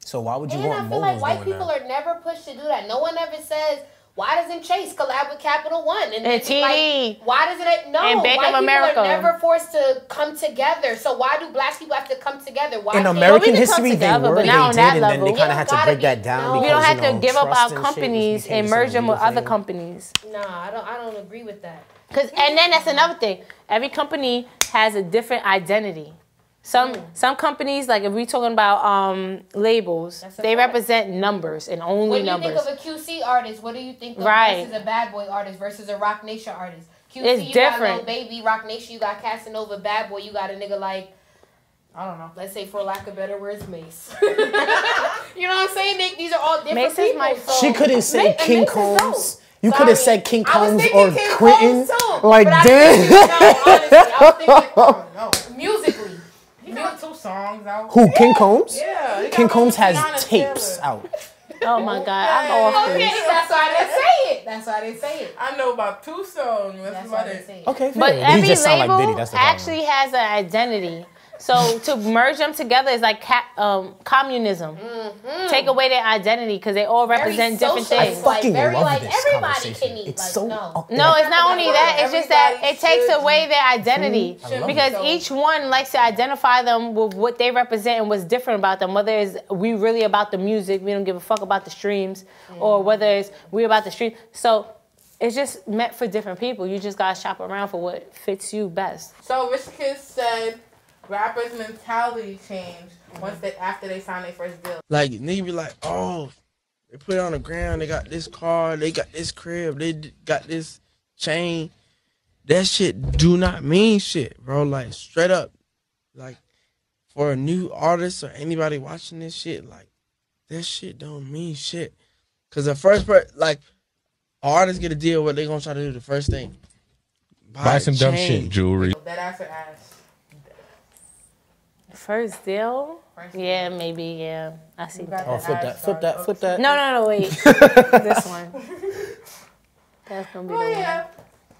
S7: So why would you
S4: And I
S7: want
S4: feel like
S7: mobiles
S4: white
S7: going
S4: people
S7: now?
S4: are never pushed to do that. No one ever says, why doesn't Chase collab with Capital One? And, it's
S3: TD.
S4: Like, why doesn't it? No.
S3: And Bank
S4: white
S3: of
S4: people
S3: America.
S4: are never forced to come together. So why do black people have to come together? Why
S7: In
S4: can't-
S7: American
S3: can come
S7: history, they
S3: together,
S7: were
S3: but
S7: they did,
S3: not on that
S7: and then
S3: level.
S7: they
S3: We
S7: kind of
S4: don't
S7: had to
S4: gotta
S7: break that
S4: be-
S7: down.
S4: no.
S3: We
S7: because,
S3: don't have
S7: you know,
S3: to give up
S7: trust
S3: our
S7: and shit just
S3: companies
S7: became
S3: and
S7: such a
S3: merge them with
S7: legal
S3: other
S7: thing.
S3: companies.
S4: Nah, I don't. I don't agree with that.
S3: Cause and then that's another thing. Every company has a different identity.
S4: Hmm.
S3: Some some companies, like if we're talking about um, labels,
S4: That's a
S3: they
S4: fact.
S3: represent numbers and only
S4: When
S3: numbers.
S4: you think of a QC artist, what do you think of
S3: Right.
S4: versus a Bad Boy artist versus a Rock Nation artist? QC,
S3: It's
S4: you
S3: different.
S4: got Lil Baby, Rock Nation, you got Casanova, Bad Boy, you got a nigga like
S1: I don't know.
S4: let's say for lack of better words, Mace. you know what I'm saying? Nick? these are all different
S3: Mace is
S4: people.
S3: my-
S4: so-
S7: She couldn't say
S4: Mace- and
S7: King
S4: Mace is dope.
S7: Combs. You
S4: Sorry.
S7: could have said King
S4: I was
S7: Combs
S4: thinking
S7: or
S4: King Combs
S7: Quentin.
S4: too,
S7: Like,
S4: but I
S7: damn.
S4: didn't think so, honestly. I was
S1: I don't know.
S4: thinking musically.
S1: He got two songs out.
S7: Who? King Combs?
S1: Yeah. he got
S7: King
S1: one
S7: Combs
S1: with Tiana
S7: has tapes
S1: Taylor.
S7: out.
S3: oh my God, I'm
S1: Okay.
S3: off
S4: Okay,
S3: this.
S4: that's why I didn't say it. That's why I didn't say it.
S1: I know about two songs. That's,
S4: That's why I
S1: about
S4: didn't
S1: it.
S4: say it.
S7: Okay,
S3: But
S7: fair.
S3: every
S7: He just sound
S3: label
S7: like Diddy. That's the problem.
S3: actually has an identity. So to merge them together is like ca- um, communism. Take away their identity because they all
S4: Mm-hmm. Very
S3: represent different
S4: socialist,
S3: things.
S4: like,
S7: Fucking
S4: very
S7: love
S4: like
S7: this
S4: everybody
S7: conversation.
S4: can eat.
S7: It's
S4: like,
S7: so
S4: no.
S7: up
S3: No, it's not only that. It's
S1: Everybody
S3: just that it takes
S1: should
S3: away their identity
S1: love
S3: because
S1: it.
S3: each one likes to identify them with what they represent and what's different about them. Whether it's we really about the music, we don't give a fuck about the streams, or whether it's we about the stream. So it's just meant for different people. You just gotta shop around for what fits you best.
S1: So Rich Kiss said rappers' mentality changed once they after they signed their first deal.
S6: Like nigga be like, oh,
S11: They put it on the ground. They got this car. They got this crib. They d- got this chain. That shit do not mean shit, bro. Like straight up, like for a new artist or anybody watching this shit, like that shit don't mean shit. Cause the first per like artists get a deal, what they gonna try to do the first thing?
S12: Buy some dumb shit,
S11: chain.
S12: jewelry.
S1: That ass or ass.
S3: First deal? yeah, maybe. Yeah, I see. that.
S7: Oh, flip that, flip that, flip that.
S3: No, no, no. Wait, this one. That's gonna be
S1: Oh,
S3: the one.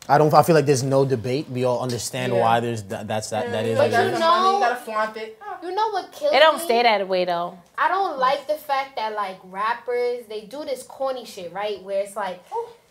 S7: I don't. I feel like there's no debate. We all understand
S3: Yeah.
S7: why there's that. That's that. That is.
S1: But
S7: what it
S1: you
S7: is.
S1: know-
S4: No,
S1: You gotta flaunt it.
S4: You know what kills
S3: It don't
S4: me?
S3: stay that way though.
S4: I don't like the fact that like rappers they do this corny shit, right? Where it's like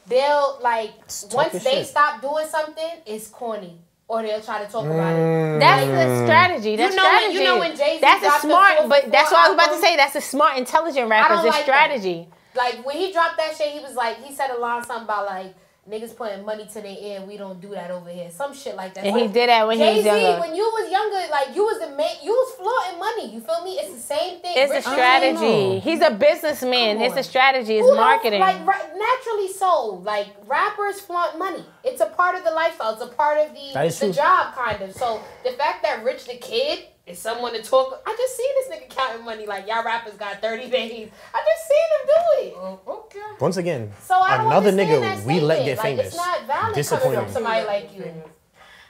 S4: they'll like once
S3: your
S4: they
S3: shit.
S4: stop doing something, it's corny, or they'll try to talk about it.
S3: That's the strategy. That's
S4: you know
S3: strategy.
S4: When, you know when Jay Z
S3: That's a smart, but that's what I was about to say. That's a smart, intelligent rapper. It's
S4: don't
S3: a
S4: like that.
S3: strategy.
S4: Like when he dropped that shit, he was like he said a line something about like niggas putting money to their ear. We don't do that over here. Some shit like that.
S3: And he did that when he was
S4: Jay-Z,
S3: younger.
S4: When you was younger, like you was the man, you was flaunting money. You feel me? It's the same thing.
S3: It's a
S4: Rich-
S3: strategy. He's a businessman. It's a strategy. It's
S4: Who don't-
S3: marketing.
S4: Like ra- naturally so. Like rappers flaunt money. It's a part of the lifestyle. It's a part of the
S3: That is
S4: the
S3: true.
S4: job kind of. So the fact that Rich the Kid is someone to talk. I just seen this nigga counting money. Like y'all rappers got thirty days. I just seen him do it.
S3: Oh,
S4: okay.
S7: Once again,
S4: So I don't
S7: another
S4: understand
S7: nigga
S4: that
S7: we let
S4: statement.
S7: get
S4: Like,
S7: famous.
S4: it's not valid
S7: Disappointing.
S4: somebody like you.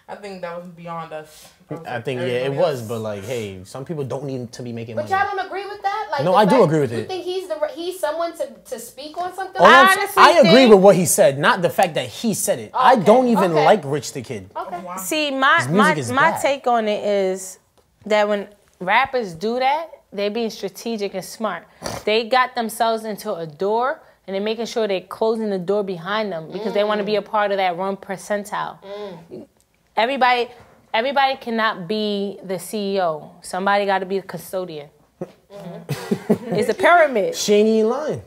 S1: I think that was beyond us.
S7: I think yeah, it was, but like, hey, some people don't need to be making
S4: But
S7: money.
S4: y'all don't agree with that. Like
S7: Mm. No,
S4: the
S7: I do
S4: fact-
S7: agree with
S4: you
S7: it.
S4: think he's the re- he's someone to, to speak on something?
S7: All I'm- I agree with what he said, not the fact that he said it. I don't even
S3: okay.
S7: like Rich the Kid.
S3: See, my
S7: His
S3: my,
S7: music is
S3: my
S7: bad.
S3: take on it is that when rappers do that, they being strategic and smart. They got themselves into a door and they're making sure they're closing the door behind them because they want to be a part of that one percentile. Everybody everybody cannot be the CEO. Somebody got to be the custodian. it's a pyramid.
S7: She ain't even lying.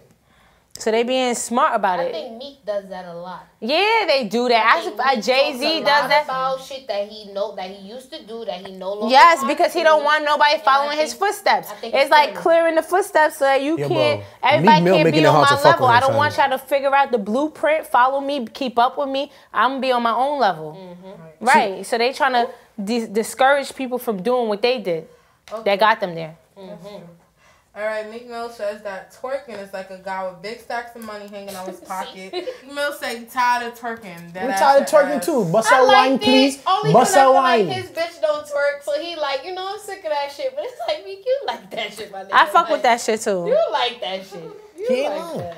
S3: So they being smart about
S4: I
S3: it.
S4: think Meek does that a lot.
S3: yeah, they do that. I, Jay Z
S4: talks a
S3: does
S4: lot
S3: that.
S4: about shit that he know that he used to do that he no longer.
S3: Yes,
S4: wants
S3: because
S4: to
S3: he don't
S4: do.
S3: want nobody following his footsteps.
S4: think
S3: It's
S4: it's
S3: like
S4: criminal.
S3: clearing the footsteps so that you
S7: Yeah,
S3: can't.
S7: bro.
S3: Everybody
S7: Meek Mill
S3: can't
S7: making
S3: be
S7: it
S3: on
S7: hard
S3: my
S7: to fuck
S3: level.
S7: with
S3: I
S7: him,
S3: don't want y'all
S7: son.
S3: to figure out the blueprint, follow me, keep up with me. I'm gonna be on my own level,
S4: Mm-hmm.
S3: right? So they trying to dis- discourage people from doing what they did. That got them there.
S1: All right, Meek Mill says that twerking is like a guy with big stacks of money hanging out his pocket. Meek Mill say tired of twerking. That
S7: I'm
S1: ass
S7: tired of
S1: to
S7: twerking
S1: ass.
S7: too. Bust out wine, please.
S4: Only
S7: Bust
S4: because I
S7: out
S4: feel like
S7: wine.
S4: his bitch don't twerk, so he like you know I'm sick of that shit. But it's like Meek, you like that shit, my nigga.
S3: I fuck with
S4: Like,
S3: that shit too.
S4: You like that shit. You
S7: He ain't
S4: like
S7: lying.
S4: that.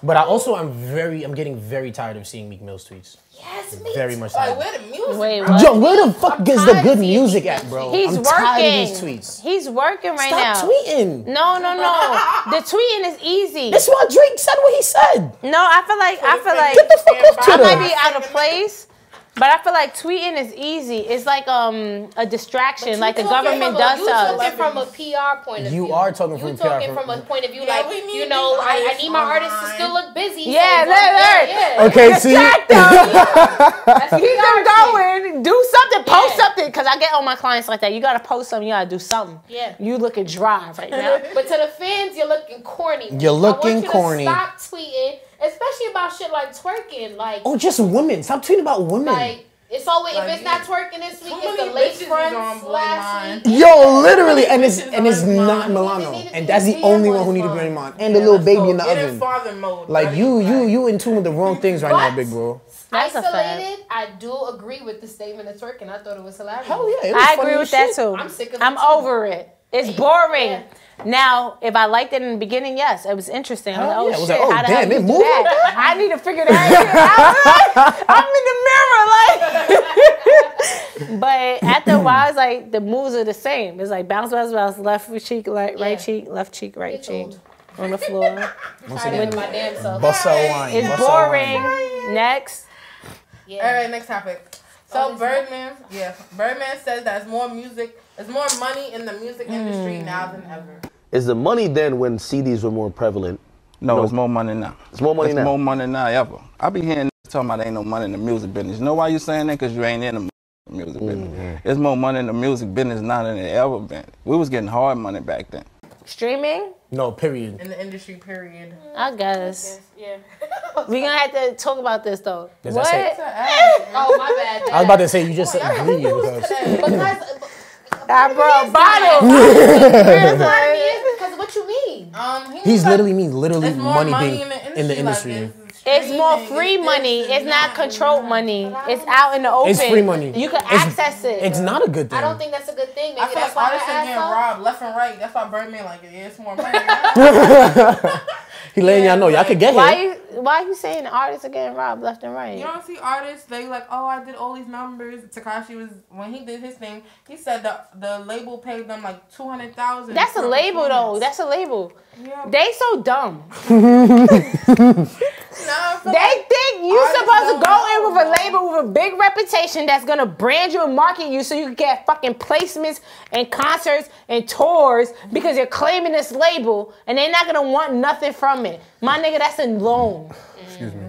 S7: But I also am very, I'm getting very tired of seeing Meek Mill's tweets.
S4: Yes,
S7: Very much
S1: Like
S7: tired.
S1: where the music?
S3: Wait,
S1: bro?
S7: Yo, where the fuck is the good music at, bro?
S3: He's
S7: I'm
S3: working.
S7: tired of these tweets.
S3: He's working right now.
S7: Stop tweeting.
S3: No, no, no. the tweeting is easy.
S7: That's why Drake said what he said.
S3: No, I feel like I feel like
S7: Get the fuck off
S3: I might be
S7: Twitter.
S3: out of place, but I feel like tweeting is easy. It's like um a distraction, like the government does
S4: you
S3: to
S4: talking
S3: us.
S4: from a PR point of view.
S7: You are talking
S4: You
S7: from
S4: talking
S7: PR.
S4: from a point of view
S1: Yeah,
S4: like
S1: we need
S4: you know
S1: these
S4: I, I
S1: artists
S4: need my artists to still look busy. so
S3: Yeah,
S4: it's
S3: look,
S4: like,
S3: look.
S4: yeah, yeah.
S7: Okay, see?
S3: Keep them going. Do something. Post something. Cause I get on my clients like that. You gotta post something. You gotta do something.
S4: Yeah.
S3: You looking dry right now.
S4: but to the fans, you're looking corny.
S7: You're
S4: I want
S7: looking
S4: you to
S7: corny.
S4: stop tweeting, especially about shit like twerking. Like,
S7: Oh, just women. Stop tweeting about women.
S4: like it's always if
S1: Like,
S4: it's not twerking this week, it's
S1: many
S4: the lace
S1: bitches is
S4: front
S1: on Blue
S4: slash.
S1: Line.
S7: Yo, literally, and it's
S1: Bitches
S7: and it's
S1: on his
S7: not
S1: mind.
S7: Milano,
S1: He needed to
S7: and that's the
S1: be
S7: only
S1: on
S7: one who
S1: his
S7: need to
S1: mind.
S7: be in mind, and the little baby in the
S1: Get in
S7: oven.
S1: father mode.
S7: Like
S1: buddy.
S7: you, you, you in tune with the wrong things right now,
S4: But-
S7: big bro.
S3: That's a fact.
S4: Isolated, I do agree with the statement of twerking. I thought it was hilarious.
S7: Hell yeah, it was
S3: I
S7: funny
S3: agree
S7: as
S3: with that
S7: shit.
S3: too.
S4: I'm sick of it,
S3: I'm
S4: too.
S3: over it. It's boring. Now, if I liked it in the beginning, yes, it was interesting. I was like,
S7: Hell
S3: oh
S7: yeah, it was
S3: shit,
S7: like, oh,
S3: how the
S7: damn,
S3: hell you
S7: it
S3: do
S7: moved
S3: that?
S7: like that?
S3: I need to figure that shit out. I'm in the mirror, like. but after a while, it's like the moves are the same. It's like bounce, bounce, bounce, left cheek, right, right cheek, left cheek, right
S4: It's
S3: cheek,
S4: old.
S3: on the floor.
S7: Once
S4: Tired of
S7: again,
S4: my damn self.
S7: bust out wine.
S3: It's
S7: bust out
S3: boring.
S7: wine.
S3: Next,
S1: All
S4: Yeah.
S1: right, next topic.
S3: Oh,
S1: So Birdman, yeah, Birdman says that it's more music, there's more money in the
S3: Hmm.
S1: music industry now than ever.
S13: Is the money then when CDs were more prevalent?
S14: No, it's more money now.
S13: It's more money
S14: it's
S13: now.
S14: more money now ever. I be hearing niggas talking about ain't no money in the music business. You know why you saying that? Because you ain't in the m- music business. It's more money in the music business now than it ever been. We was getting hard money back then.
S3: streaming.
S7: No, period.
S1: in the industry. Period.
S3: I guess.
S1: Yeah.
S3: We're gonna have to talk about this though.
S7: Yes,
S3: what?
S7: that's it.
S4: Oh my bad.
S7: I was about to say you just agreed because
S3: I brought a bottle.
S4: That's what it is, because what you mean?
S1: Um, he
S7: he's literally means literally money,
S3: money
S7: being
S3: in
S7: in
S3: the
S7: the, industry.
S3: It's more free money. It's not controlled money. It's out in the open.
S7: It's free money.
S3: You can
S7: It's-
S3: access it.
S7: it's not a good I don't
S4: think that's a good thing.
S1: I feel like artists are getting robbed left and right. That's why Birdman like yeah, it's more money.
S7: he letting y'all know y'all could get
S3: Why
S7: him.
S3: you Why you saying artists are getting robbed left and right?
S1: You don't see artists, they like, oh, I did all these numbers. Takashi was, when he did his thing, he said the, the label paid them like 200000
S3: That's a
S1: for
S3: label though.
S1: performance.
S3: That's a label.
S1: Yeah.
S3: They so dumb.
S1: No, I feel
S3: They
S1: like
S3: think you
S1: artists
S3: supposed to
S1: don't
S3: go in
S1: know.
S3: with a label with a big reputation that's gonna brand you and market you so you can get fucking placements and concerts and tours because you're claiming this label and they're not gonna want nothing from it. My nigga, that's a loan. Mm-hmm.
S9: Excuse me.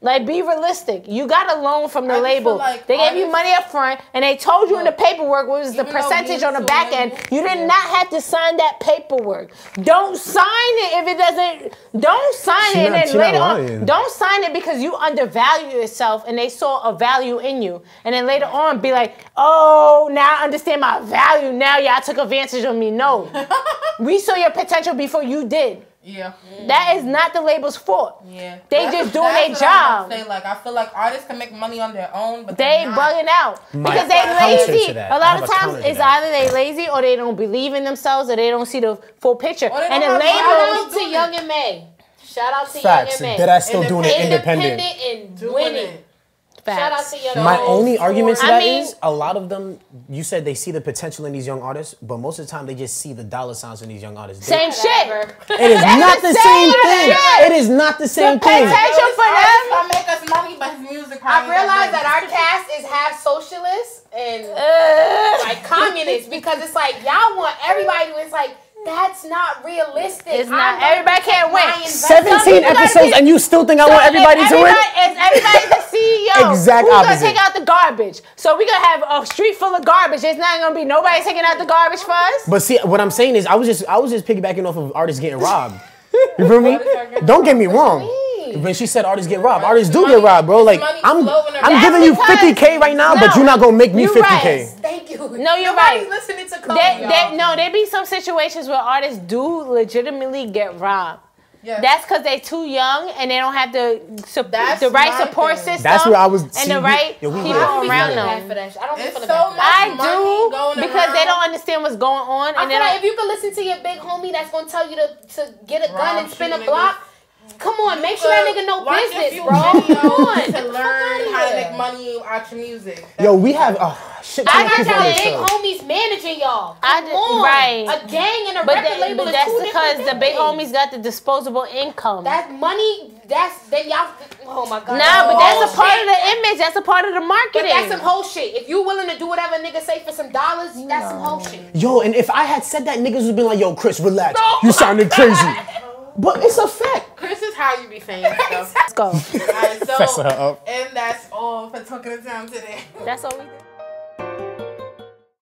S3: Like, be realistic. You got a loan from the
S1: I just
S3: label.
S1: feel like
S3: they gave you money up front, and they told you in the paperwork what was the
S1: Even though
S3: percentage
S1: being
S3: on the
S1: so
S3: back end. You did not have to sign that paperwork. Don't sign it if it doesn't. Don't sign
S7: She
S3: it, and
S7: not-
S3: then
S7: she not
S3: later on,
S7: lying.
S3: don't sign it because you undervalue yourself, and they saw a value in you, and then later on be like, oh, now I understand my value. Now y'all took advantage of me. No, we saw your potential before you did.
S1: Yeah.
S3: That is not the label's fault.
S1: Yeah.
S3: They
S1: That's-
S3: just doing
S1: that's what I'm
S3: their job.
S1: about to Say like I feel like artists can make money on their own, but
S3: They
S1: they're not.
S3: bugging out
S1: My
S3: because they
S1: counter to
S3: lazy.
S1: that.
S3: A
S1: I
S3: lot
S1: have a
S3: of times
S1: counter to
S3: it's
S1: that.
S3: either they lazy or they don't believe in themselves or they don't see the full picture.
S4: they
S3: And the
S4: don't have
S3: label,
S4: Shout out to Young and May. Shout out to Young
S7: Facts.
S4: and May.
S7: Dead ass still doing it independent.
S4: Independent and winning. Shout out to Young and
S7: My
S4: May.
S7: only argument
S4: I
S7: to that
S4: mean,
S7: is a lot of them. You said they see the potential in these young artists, but most of the time they just see the dollar signs in these young artists. They-
S3: same shit.
S7: It is
S3: That's
S7: not the same thing.
S3: shit.
S7: It is not the same thing.
S3: potential for them.
S1: Artists don't make us money, but his music.
S4: I
S1: probably
S4: realize
S1: does.
S4: that our cast is half socialists and
S3: Uh.
S4: like communists because it's like y'all want everybody to. It's like that's not realistic.
S3: It's
S4: I'm
S3: not-
S4: gonna
S3: everybody
S4: protect
S3: can't
S4: my
S3: win.
S4: investment.
S7: Seventeen episodes, and you still think I
S3: So
S7: want
S3: if
S7: everybody to win?
S3: everybody- If everybody's the CEO,
S7: Exact
S3: who's
S7: opposite.
S3: gonna take out the garbage? So we're gonna have a street full of garbage. There's not gonna be nobody taking out the garbage for us.
S7: But see, what I'm saying is, I was just, I was just piggybacking off of artists getting robbed. You feel me? Don't get me wrong. When she said artists get robbed, artists do get robbed, bro. Like I'm, I'm
S3: That's
S7: giving you
S3: because-
S7: 50k right now, but
S3: No.
S7: you're not gonna make me
S3: You
S7: 50k.
S3: right.
S4: Thank you.
S3: No, you're
S4: Nobody's
S3: right.
S4: listening to Cole,
S3: There-
S4: y'all.
S3: there- no, there be some situations where artists do legitimately get robbed. That's because they're too young and they don't have the su- the right
S1: my
S3: support
S1: thing.
S3: system.
S7: That's where I was-
S3: and
S7: see,
S3: the
S7: we-
S3: right
S7: yeah, we
S3: people
S7: were- I don't be
S3: around
S7: feeling
S3: them.
S4: Bad for that shit. I don't
S1: It's so
S4: feel bad.
S1: much
S3: I
S1: money
S3: do
S1: going
S3: because they
S1: around.
S3: don't understand what's going on.
S4: I
S3: and they
S4: feel
S3: don't,
S4: like if you could listen to your big homie that's gonna tell you to, to get a gun
S1: Rob,
S4: and spin
S1: shoot
S4: a
S1: niggas.
S4: block, come on, make sure that nigga know
S1: Watch a
S4: business,
S1: few
S4: bro. Come
S1: videos
S4: on,
S1: to learn how to make money out your music.
S7: Yo, we have a shit
S4: I
S7: ton of
S4: got
S7: people
S4: y'all
S7: on this
S4: big
S7: show.
S4: homies managing y'all. Come
S3: I did,
S4: on.
S3: right.
S4: A gang and a
S3: but
S4: record
S3: that-
S4: label
S3: but
S4: is
S3: that's
S4: two
S3: because
S4: different
S3: the big
S4: things.
S3: homies got the disposable income.
S4: That money, that's then y'all. Oh my god.
S3: nah, but that's a part
S4: Bullshit.
S3: of the image. That's a part of the
S4: But
S3: marketing.
S4: that's some whole shit. If you willing to do whatever nigga say for some dollars, that's some whole shit.
S7: Yo, and if I had said that, niggas would been like, "Yo, Chris, relax. you sounding crazy." But it's a fact.
S1: Chris is how you be saying stuff.
S3: Let's go.
S1: All right, so,
S7: Fess her up.
S1: and that's all for talking to time today.
S3: That's all we did.